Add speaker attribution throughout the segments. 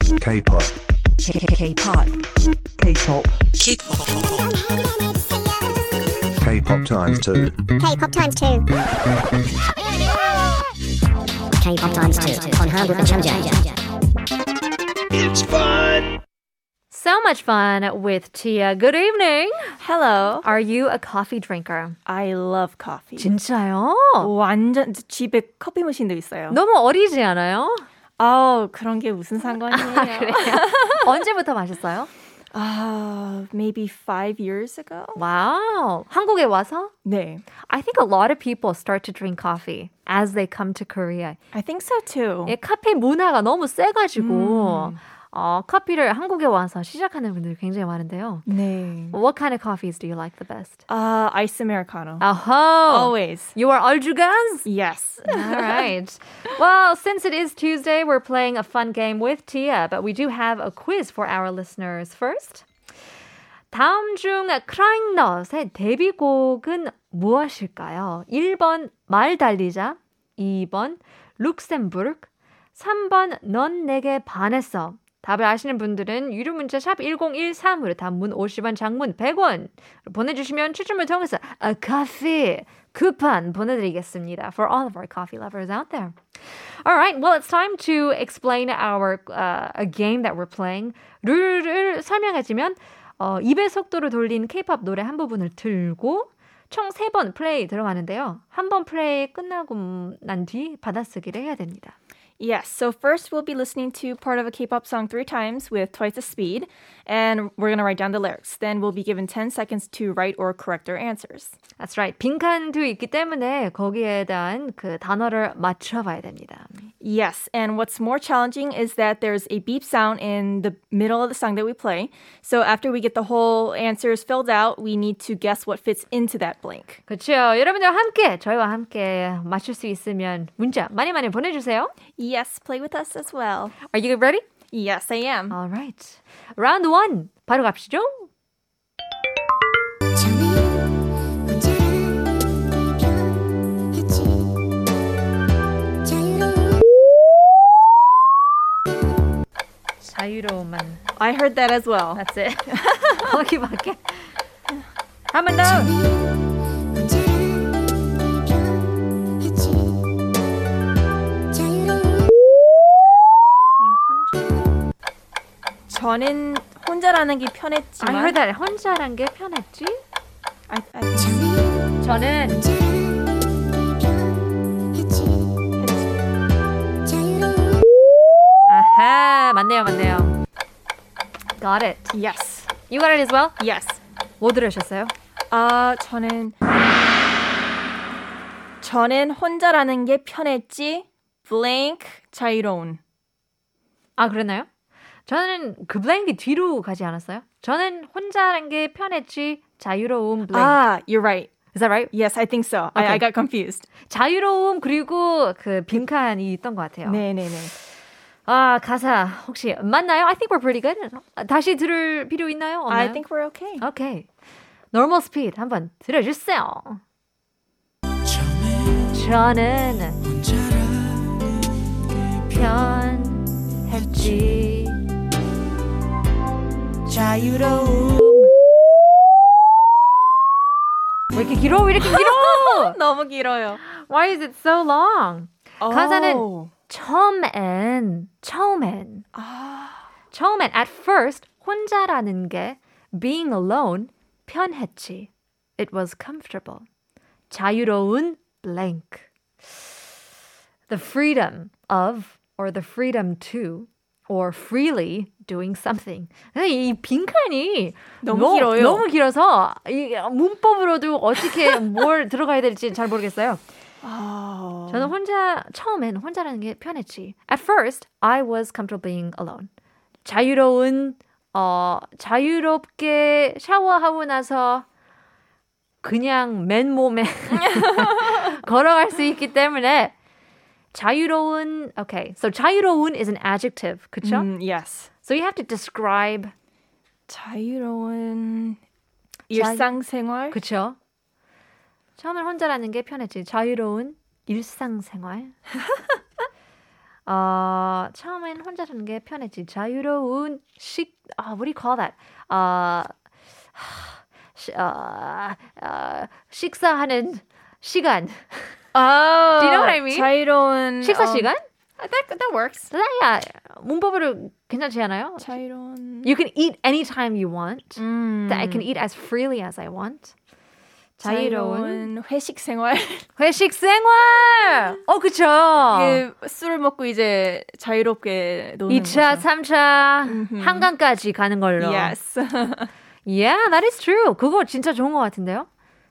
Speaker 1: K-pop,
Speaker 2: K-pop. K-pop.
Speaker 1: K-pop times two.
Speaker 3: K-pop times two. K-pop times two on Hamburg and Chumjay.
Speaker 4: So much fun with Tia. Good evening.
Speaker 5: Hello.
Speaker 4: Are you a coffee drinker?
Speaker 5: I love coffee.
Speaker 4: 진짜요?
Speaker 5: 완전 집에 커피 머신도 있어요.
Speaker 4: 너무 어리지 않아요?
Speaker 5: 아우 그런 게 무슨 상관이에요.
Speaker 4: 언제부터 마셨어요?
Speaker 5: 아, maybe five years ago.
Speaker 4: 와우. 한국에 와서?
Speaker 5: 네,
Speaker 4: I think a lot of people start to drink coffee as they come to Korea.
Speaker 5: I think so too.
Speaker 4: 예, 카페 문화가 너무 세가지고 어, 커피를 한국에 와서 시작하는 분들이 굉장히 많은데요.
Speaker 5: 네.
Speaker 4: What kind of coffees do you like the best?
Speaker 5: 아, ice americano.
Speaker 4: 아하.
Speaker 5: Always.
Speaker 4: You are all Jugans?
Speaker 5: Yes.
Speaker 4: All right. Well, since it is Tuesday, we're playing a fun game with Tia, but we do have a quiz for our listeners first. 다음 중 크라잉넛의 데뷔곡은 무엇일까요? 1번 말 달리자, 2번 룩셈부르크, 3번 넌 내게 반했어. 답을 아시는 분들은 유료 문자 샵 1013으로 단문 50원, 장문 100원 보내주시면 추첨을 통해서 a coffee coupon 보내드리겠습니다. For all of our coffee lovers out there. All right, well it's time to explain our uh, a game that we're playing. 룰을 설명해주면 어, 2배 속도로 돌린 K-pop 노래 한 부분을 들고 총 3번 플레이 들어가는데요. 한 번 플레이 끝나고 난 뒤 받아쓰기를 해야 됩니다.
Speaker 5: Yes. So first we'll be listening to part of a K-pop song three times with twice the speed and we're going to write down the lyrics. Then we'll be given 10 seconds to write or correct our answers.
Speaker 4: That's right. 빈칸도 있기 때문에 거기에 대한 그 단어를 맞춰봐야 됩니다.
Speaker 5: Yes, and what's more challenging is that there's a beep sound in the middle of the song that we play. So after we get the whole answers filled out, we need to guess what fits into that blank.
Speaker 4: 그렇죠. 여러분들 함께 저희와 함께 맞출 수 있으면 문자 많이 많이 보내주세요.
Speaker 5: Yes, play with us as well. Uh,
Speaker 4: Are you ready?
Speaker 5: Yes, I am.
Speaker 4: All right. Round one 바로 갑시죠. 자유로움만.
Speaker 5: I heard that as well.
Speaker 4: That's it. 거기밖에. 한 번 더.
Speaker 5: 저는 혼자라는 게 편했지만
Speaker 4: I heard that 혼자란 게 편했지.
Speaker 5: I, I think
Speaker 4: 저는 아하 맞네요 맞네요. Got it.
Speaker 5: yes,
Speaker 4: You got it as well.
Speaker 5: yes.
Speaker 4: 뭐 들으셨어요?
Speaker 5: 아 저는 저는 혼자라는 게 편했지. blank 자유로운.
Speaker 4: 아 그랬나요? 저는 그 블랭크 뒤로 가지 않았어요. 저는 혼자란 게 편했지 자유로움 블랭크.
Speaker 5: Ah, you're right.
Speaker 4: Is that right?
Speaker 5: Yes, I think so.
Speaker 4: Okay.
Speaker 5: I, I got confused.
Speaker 4: 자유로움 그리고 그 빈칸이 있던 것 같아요.
Speaker 5: 네, 네, 네.
Speaker 4: 아 가사 혹시 맞나요? I think we're pretty good. 다시 들을 필요 있나요? 없나요?
Speaker 5: I think we're okay.
Speaker 4: Okay. Normal speed 한번 들어주세요. 저는 편했지 자유로움 왜 이렇게 길어? 왜 이렇게 길어?
Speaker 5: 너무 길어요.
Speaker 4: Why is it so long?
Speaker 5: 어.
Speaker 4: 가사는-
Speaker 5: 오.
Speaker 4: 처음엔 처음엔
Speaker 5: 아,
Speaker 4: 처음엔 at first 혼자라는 게 being alone 편했지. It was comfortable. 자유로운 blank. The freedom of or the freedom to or freely doing something. 근데 이 빈칸이
Speaker 5: 너무
Speaker 4: 너-
Speaker 5: 길어요.
Speaker 4: 너무 길어서 이 문법으로도 어떻게 뭘 들어가야 될지 잘 모르겠어요.
Speaker 5: 아.
Speaker 4: 저는 혼자 처음엔 혼자라는 게 편했지. At first, I was comfortable being alone. 자유로운 어 자유롭게 샤워하고 나서 그냥 맨몸에 걸어갈 수 있기 때문에 자유로운 okay. So 자유로운 is an adjective. 그렇죠?
Speaker 5: 음, yes.
Speaker 4: So you have to describe
Speaker 5: 자유로운 일상생활.
Speaker 4: 그렇죠? 처음엔 혼자라는 게 편했지. 자유로운 일상생활. 어, 처음엔 혼자 사는 게 편했지. 자유로운 식, 아, what do you call that? 어, 시, 어, 어, 식사하는 시간.
Speaker 5: Oh,
Speaker 4: Do you know what I mean?
Speaker 5: 자유로운
Speaker 4: 식사
Speaker 5: um,
Speaker 4: 시간?
Speaker 5: That that works.
Speaker 4: 야, 문법으로 괜찮지 않아요?
Speaker 5: 자유로운.
Speaker 4: You can eat anytime you want.
Speaker 5: 음.
Speaker 4: That I can eat as freely as I want. 자유로운
Speaker 5: 자유로운 회식 생활.
Speaker 4: 회식 생활. 어, 그쵸.
Speaker 5: 그 술을 먹고 이제 자유롭게 노는
Speaker 4: 2차,
Speaker 5: 거죠.
Speaker 4: 3차 한강까지 가는 걸로.
Speaker 5: Yes.
Speaker 4: Yeah, that is true. 그거 진짜 좋은 것 같은데요.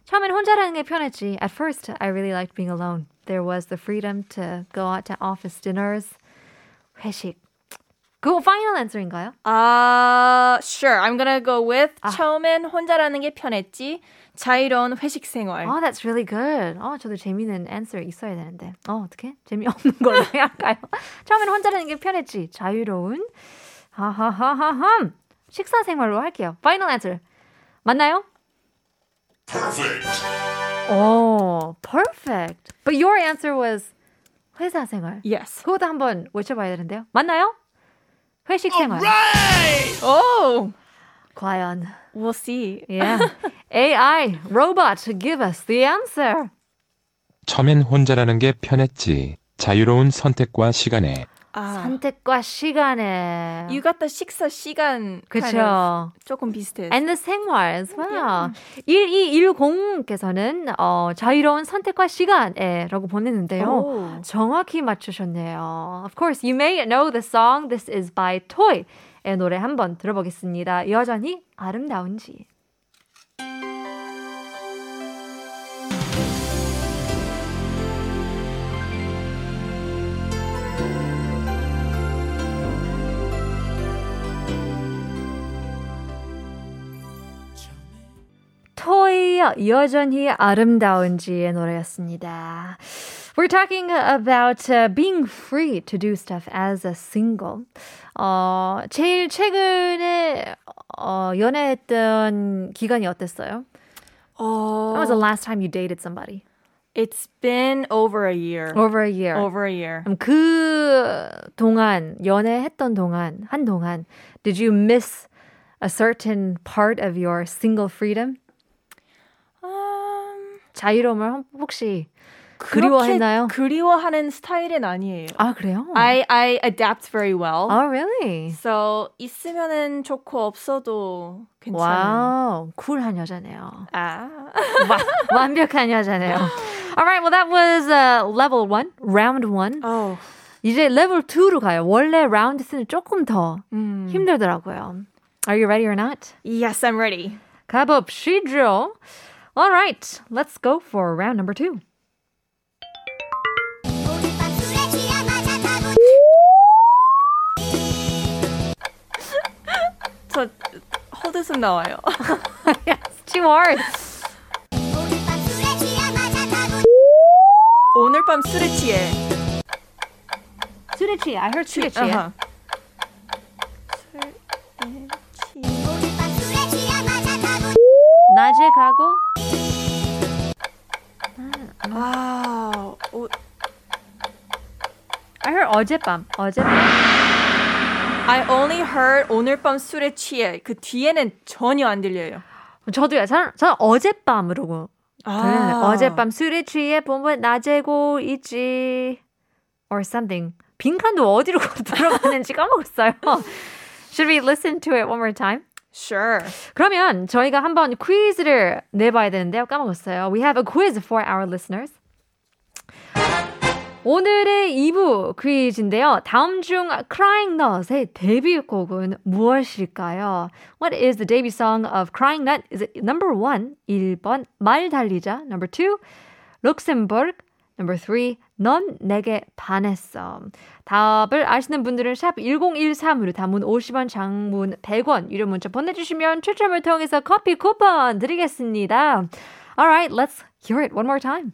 Speaker 4: 처음엔 혼자라는 게 편했지. At first, I really liked being alone. There was the freedom to go out to office dinners, 회식. 그거 final answer인가요?
Speaker 5: 아, sure. I'm gonna go with
Speaker 4: 아.
Speaker 5: 처음엔 혼자라는 게 편했지. 자유로운 회식 생활.
Speaker 4: Oh, that's really good. 어, 저도 재미있는 answer 있어야 되는데. 어, 어떻게? 재미없는 걸로 할까요? 처음엔 혼자라는 게 편했지. 자유로운. 하하하하함. 식사 생활로 할게요. Final answer. 맞나요? Perfect. Oh, perfect. But your answer was 회사 생활.
Speaker 5: Yes.
Speaker 4: 그것도 한번 외쳐봐야 되는데요. 맞나요? 회식 생활.
Speaker 5: Oh, 예.
Speaker 4: 과연.
Speaker 5: we'll see.
Speaker 4: Yeah. AI, robot, give us the answer.
Speaker 6: 처음엔 혼자라는 게 편했지. 자유로운 선택과 시간에
Speaker 5: 아,
Speaker 4: 선택과 시간에.
Speaker 5: you got the 식사 시간. kind of
Speaker 4: 그렇죠.
Speaker 5: 조금 비슷해.
Speaker 4: And the 생활
Speaker 5: 음,
Speaker 4: as
Speaker 5: 예.
Speaker 4: well. 1210께서는 어, 자유로운 선택과 시간에라고 보냈는데요.
Speaker 5: 오.
Speaker 4: 정확히 맞추셨네요. Of course, you may know the song This is by Toy의 노래 한번 들어보겠습니다. 여전히 아름다운지. 토이의 여전히 아름다운지의 노래였습니다. We're talking about uh, being free to do stuff as a single. 어, 제일 최근에 어, 연애했던 기간이 어땠어요? When was the
Speaker 5: Oh,
Speaker 4: last time you dated somebody?
Speaker 5: it's been over a year.
Speaker 4: Over 음. a year.
Speaker 5: Over a year.
Speaker 4: 그럼 그 동안 연애했던 동안 한 동안 did you miss a certain part of your single freedom?
Speaker 5: Um,
Speaker 4: 자유로움을 혹시
Speaker 5: 그렇게
Speaker 4: 그리워했나요?
Speaker 5: 그리워하는 스타일은 아니에요.
Speaker 4: 아 그래요?
Speaker 5: I I adapt very well.
Speaker 4: Oh really?
Speaker 5: So 있으면은 좋고 없어도 괜찮아요.
Speaker 4: 와우, 쿨한 여자네요.
Speaker 5: 아.
Speaker 4: 와, 완벽한 여자네요. Alright, well that was uh, level 1, round 1.
Speaker 5: Oh.
Speaker 4: 이제 level 2로 가요. 원래 라운드 3는 조금 더
Speaker 5: 음.
Speaker 4: 힘들더라고요. Are you ready or not?
Speaker 5: Yes, I'm ready.
Speaker 4: 가봅시죠. Alright, let's go for round number 2.
Speaker 5: 저 헛웃음 나와요.
Speaker 4: It's too hard.
Speaker 5: 오늘 밤 술에 취해.
Speaker 4: 수레치, I heard 수레치.
Speaker 5: 아하.
Speaker 4: 낮에 가고
Speaker 5: 와우. 오,
Speaker 4: I heard 어젯밤. 어젯밤.
Speaker 5: I only heard 오늘 밤 술에 취해. 그 뒤에는 전혀 안 들려요.
Speaker 4: 저도요. 저는, 저는 어젯밤으로
Speaker 5: 아.
Speaker 4: 네, 어젯밤 술에 취해 보면 낮에고 있지 or something. 빈칸도 어디로 들어가는지 까먹었어요. Should we listen to it one more time?
Speaker 5: Sure.
Speaker 4: 그러면 저희가 한번 퀴즈를 내봐야 되는데요. 까먹었어요. We have a quiz for our listeners. 오늘의 2부 퀴즈인데요. 다음 중 Crying Nut의 데뷔곡은 무엇일까요? What is the debut song of Crying Nut? Is it number 1? 1번 말 달리자. Number 2? 룩셈부르크. Number 3. 넌 내게 반했어. 답을 아시는 분들은 샵 1013으로 담은 50원 장문 100원 유료 문자 보내주시면 추첨을 통해서 커피 쿠폰 드리겠습니다. Alright, let's hear it one more time.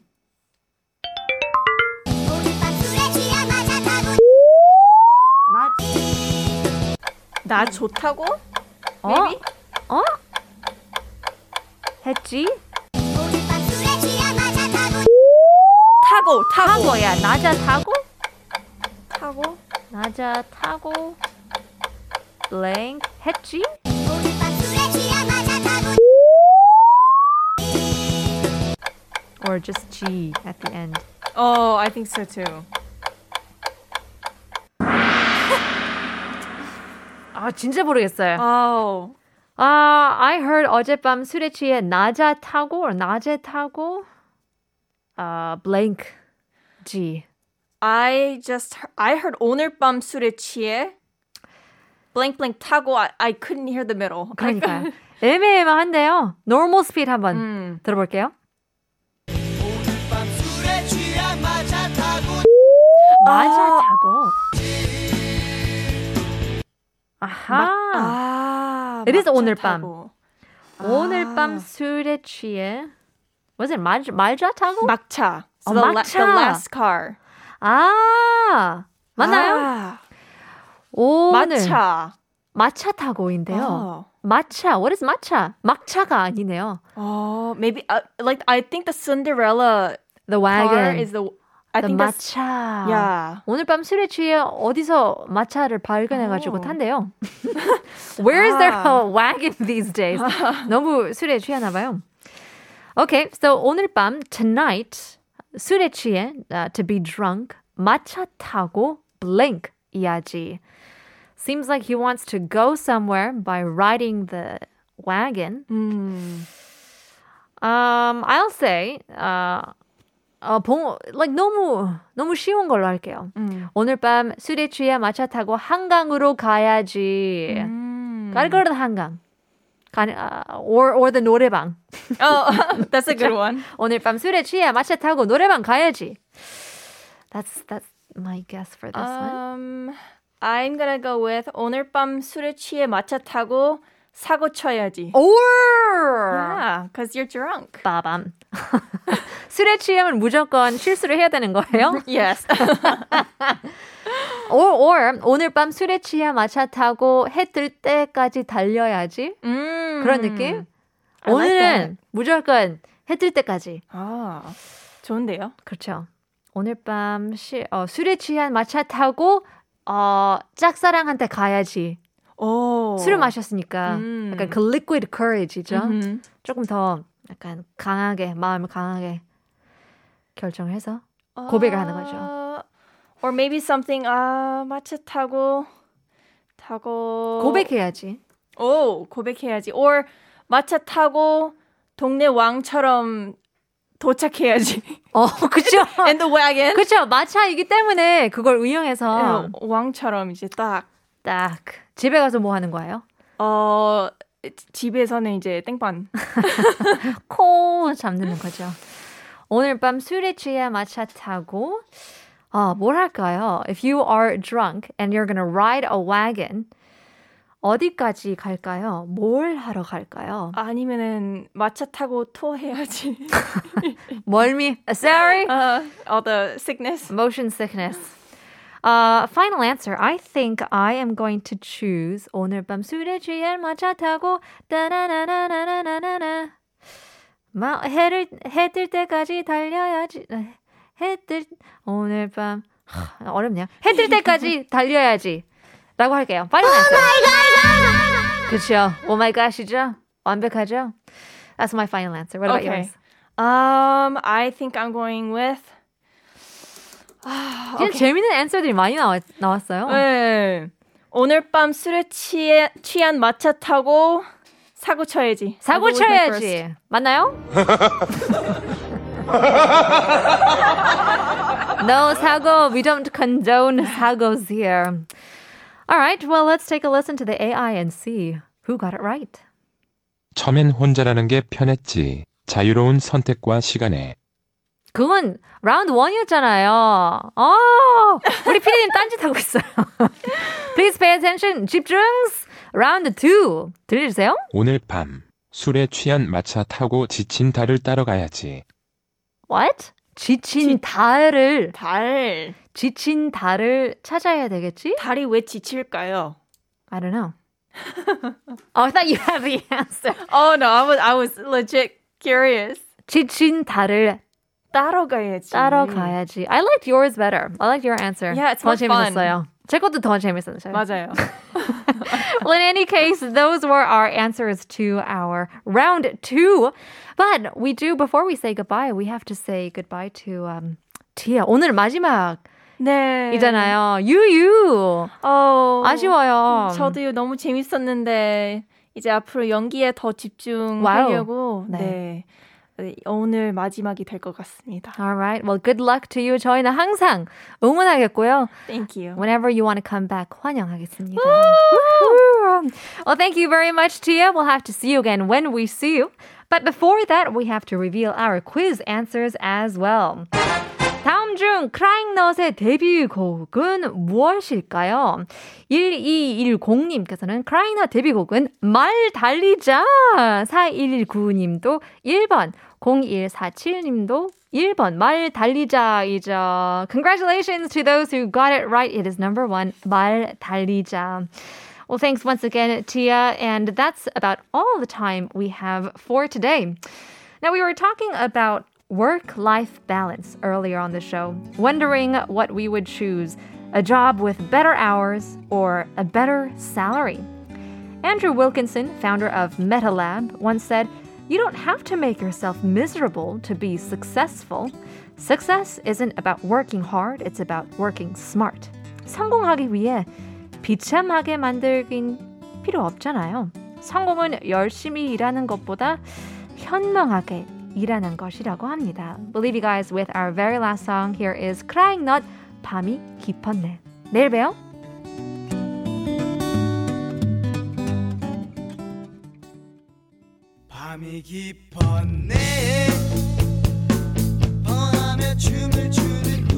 Speaker 5: 나 좋다고?
Speaker 4: 어? 어? 했지?
Speaker 5: 타고, 타고.
Speaker 4: 타고야, 낮아 타고?
Speaker 5: 타고
Speaker 4: 낮아 타고 blank 했지? or just G at the end.
Speaker 5: Oh, I think so too.
Speaker 4: 아 진짜 모르겠어요.
Speaker 5: Oh.
Speaker 4: 아 I heard 어젯밤 술에 취해 낮아 타고 or 낮에 타고 아 blank G.
Speaker 5: I just he- I heard 오늘 밤 술에 취해 blank blank 타고 I, I couldn't hear the middle.
Speaker 4: 그러니까 애매애매한데요. normal speed 한번
Speaker 5: 음.
Speaker 4: 들어볼게요. 맞아 타고. 아하.
Speaker 5: 아,
Speaker 4: It is
Speaker 5: 막차
Speaker 4: 오늘 밤.
Speaker 5: 타고.
Speaker 4: 오늘 밤 술에 취해. Was it 말, 말자 타고?
Speaker 5: 막차. So
Speaker 4: 어,
Speaker 5: the, La-
Speaker 4: 막차.
Speaker 5: the last car.
Speaker 4: 아 맞나요?
Speaker 5: 아,
Speaker 4: 오늘
Speaker 5: 마차.
Speaker 4: 마차 타고인데요.
Speaker 5: Oh.
Speaker 4: 마차. What is 마차? 막차가 아니네요.
Speaker 5: Oh, maybe uh, like I think the Cinderella
Speaker 4: The
Speaker 5: car
Speaker 4: wagon.
Speaker 5: is the I
Speaker 4: the
Speaker 5: think that's
Speaker 4: 마차.
Speaker 5: yeah.
Speaker 4: 오늘 밤 술에 취해 어디서 마차를 발견해가지고
Speaker 5: 오.
Speaker 4: 탄대요. Where is there
Speaker 5: 아.
Speaker 4: a wagon these days? 너무 술에 취하나봐요. Okay, so 오늘 밤 tonight 술에 취해 uh, to be drunk 마차 타고 blank 이야기. Seems like he wants to go somewhere by riding the wagon. Um, I'll say uh, 어, 봉, like 너무 너무 쉬운 걸로 할게요. 오늘 밤 술에 취해 마차 타고 한강으로 가야지. 깔끔한 한강. 가니, 아, or or the 노래방.
Speaker 5: Oh, that's a good one.
Speaker 4: 오늘 밤 술에 취해 마차 타고 노래방 가야지. That's that's my guess for this one.
Speaker 5: Um, I'm gonna go with 오늘 밤 술에 취해 마차 타고 사고 쳐야지.
Speaker 4: Or
Speaker 5: Yeah, cause you're drunk.
Speaker 4: 빠밤. 술에 취하면 무조건 실수를 해야 되는 거예요?
Speaker 5: Yes.
Speaker 4: Or or 오늘 밤 술에 취해 마차 타고 해 뜰 때까지 달려야지.
Speaker 5: mm.
Speaker 4: 그런 느낌?
Speaker 5: I like
Speaker 4: 오늘은 무조건 해 뜰 때까지.
Speaker 5: 아, 좋은데요.
Speaker 4: 그렇죠. 오늘 밤 시, 어, 술에 취한 마차 타고 어, 짝사랑한테 가야지.
Speaker 5: 오.
Speaker 4: 술을 마셨으니까
Speaker 5: 어. 음.
Speaker 4: 약간 그 liquid courage이죠.
Speaker 5: 음.
Speaker 4: 조금 더 약간 강하게 마음을 강하게 결정을 해서 고백을 하는 거죠.
Speaker 5: 아, Or maybe something. 아, 마차 타고 타고
Speaker 4: 고백해야지.
Speaker 5: 오, 고백해야지. Or 마차 타고 동네 왕처럼 도착해야지.
Speaker 4: 어, 그죠.
Speaker 5: And the wagon.
Speaker 4: 그죠. 아. 마차이기 때문에 그걸 의용해서
Speaker 5: 예, 왕처럼 이제 딱
Speaker 4: 딱 집에 가서 뭐 하는 거예요?
Speaker 5: 어, 지- 집에서는 이제 땡반.
Speaker 4: 코 잠드는 거죠. 오늘 밤 술에 취해 마차 타고 아, 뭘 할까요? If you are drunk and you're gonna ride a wagon 어디까지 갈까요? 뭘 하러 갈까요?
Speaker 5: 아니면은 마차 타고 토해야지.
Speaker 4: 멀미. Sorry.
Speaker 5: 아, all the sickness.
Speaker 4: Motion sickness. Uh, final answer. I think I am going to choose 오늘 밤 술에 취해 마차 타고 따나나나나나나나 마 해를 해뜰 때까지 달려야지 아, 해뜰 오늘 밤 하, 어렵네요. 해뜰 때까지 달려야지. 라고 할게요.
Speaker 5: Oh
Speaker 4: final answer. 그렇죠. Oh my gosh이죠. 완벽하죠. That's my final answer. What about
Speaker 5: Okay.
Speaker 4: yours?
Speaker 5: Um, I think I'm going with.
Speaker 4: 진짜 재밌는 answer들이 많이 나왔, 나왔어요.
Speaker 5: 어, 네. 오늘 밤 술에 취해, 취한 마차 타고 사고 쳐야지. I
Speaker 4: 사고
Speaker 5: go with my first.
Speaker 4: 쳐야지. 맞나요? no 사고. We don't condone 사고's here. All right. Well, let's take a listen to the AI and see who got it right.
Speaker 6: 처음엔 혼자라는 게 편했지. 자유로운 선택과 시간에.
Speaker 4: 그건 라운드 1이었잖아요. 어, 우리 피디님 딴짓하고 있어요. Please pay attention. 집중. 라운드 2. 들려주세요.
Speaker 6: 오늘 밤 술에 취한 마차 타고 지친 달을 따라가야지.
Speaker 4: What? 지친 달을
Speaker 5: 달.
Speaker 4: 지친 달을 찾아야 되겠지?
Speaker 5: 달이 왜 지칠까요?
Speaker 4: I don't know. oh, I thought you had the answer.
Speaker 5: Oh no, I was I was legit curious.
Speaker 4: 지친 달을
Speaker 5: 따라가야지.
Speaker 4: 따라가야지. I liked yours better. I liked your answer.
Speaker 5: Yeah, it's
Speaker 4: 더
Speaker 5: more fun.
Speaker 4: 재밌었어요. 제 것도 더 재밌었어요.
Speaker 5: 맞아요.
Speaker 4: well, in any case, those were our answers to our round two. But we do, before we say goodbye, we have to say goodbye to um, Tia. 오늘 마지막이잖아요.
Speaker 5: 네.
Speaker 4: 유유.
Speaker 5: 어,
Speaker 4: 아쉬워요.
Speaker 5: 저도요 너무 재밌었는데 이제 앞으로 연기에 더 집중하려고 네. 네, 오늘 마지막이 될 것 같습니다.
Speaker 4: All right. Well, good luck to you. 저희는 항상 응원하겠고요.
Speaker 5: Thank you.
Speaker 4: Whenever you want to come back, 환영하겠습니다. Woo! Well, thank you very much, Tia. We'll have to see you again when we see you. But before that, we have to reveal our quiz answers as well. 다음 중 크라잉넛의 데뷔곡은 무엇일까요? 1210님께서는 크라잉넛 데뷔곡은 말 달리자! 4119님도 1번, 0147님도 1번, 말 달리자이죠. Congratulations to those who got it right. It is number one, 말 달리자. Well, thanks once again, Tia. And that's about all the time we have for today. Now, we were talking about work life balance earlier on the show, wondering what we would choose a job with better hours or a better salary. Andrew Wilkinson, founder of MetaLab, once said, You don't have to make yourself miserable to be successful. Success isn't about working hard, it's about working smart. 성공하기 위해 비참하게 만들긴 필요 없잖아요. 성공은 열심히 일하는 것보다 현명하게 일하는 것이라고 합니다. We'll leave you guys with our very last song. Here is Crying Not, 밤이 깊었네. 내일 봬요.
Speaker 7: 밤이 깊었네 밤에 춤을 추는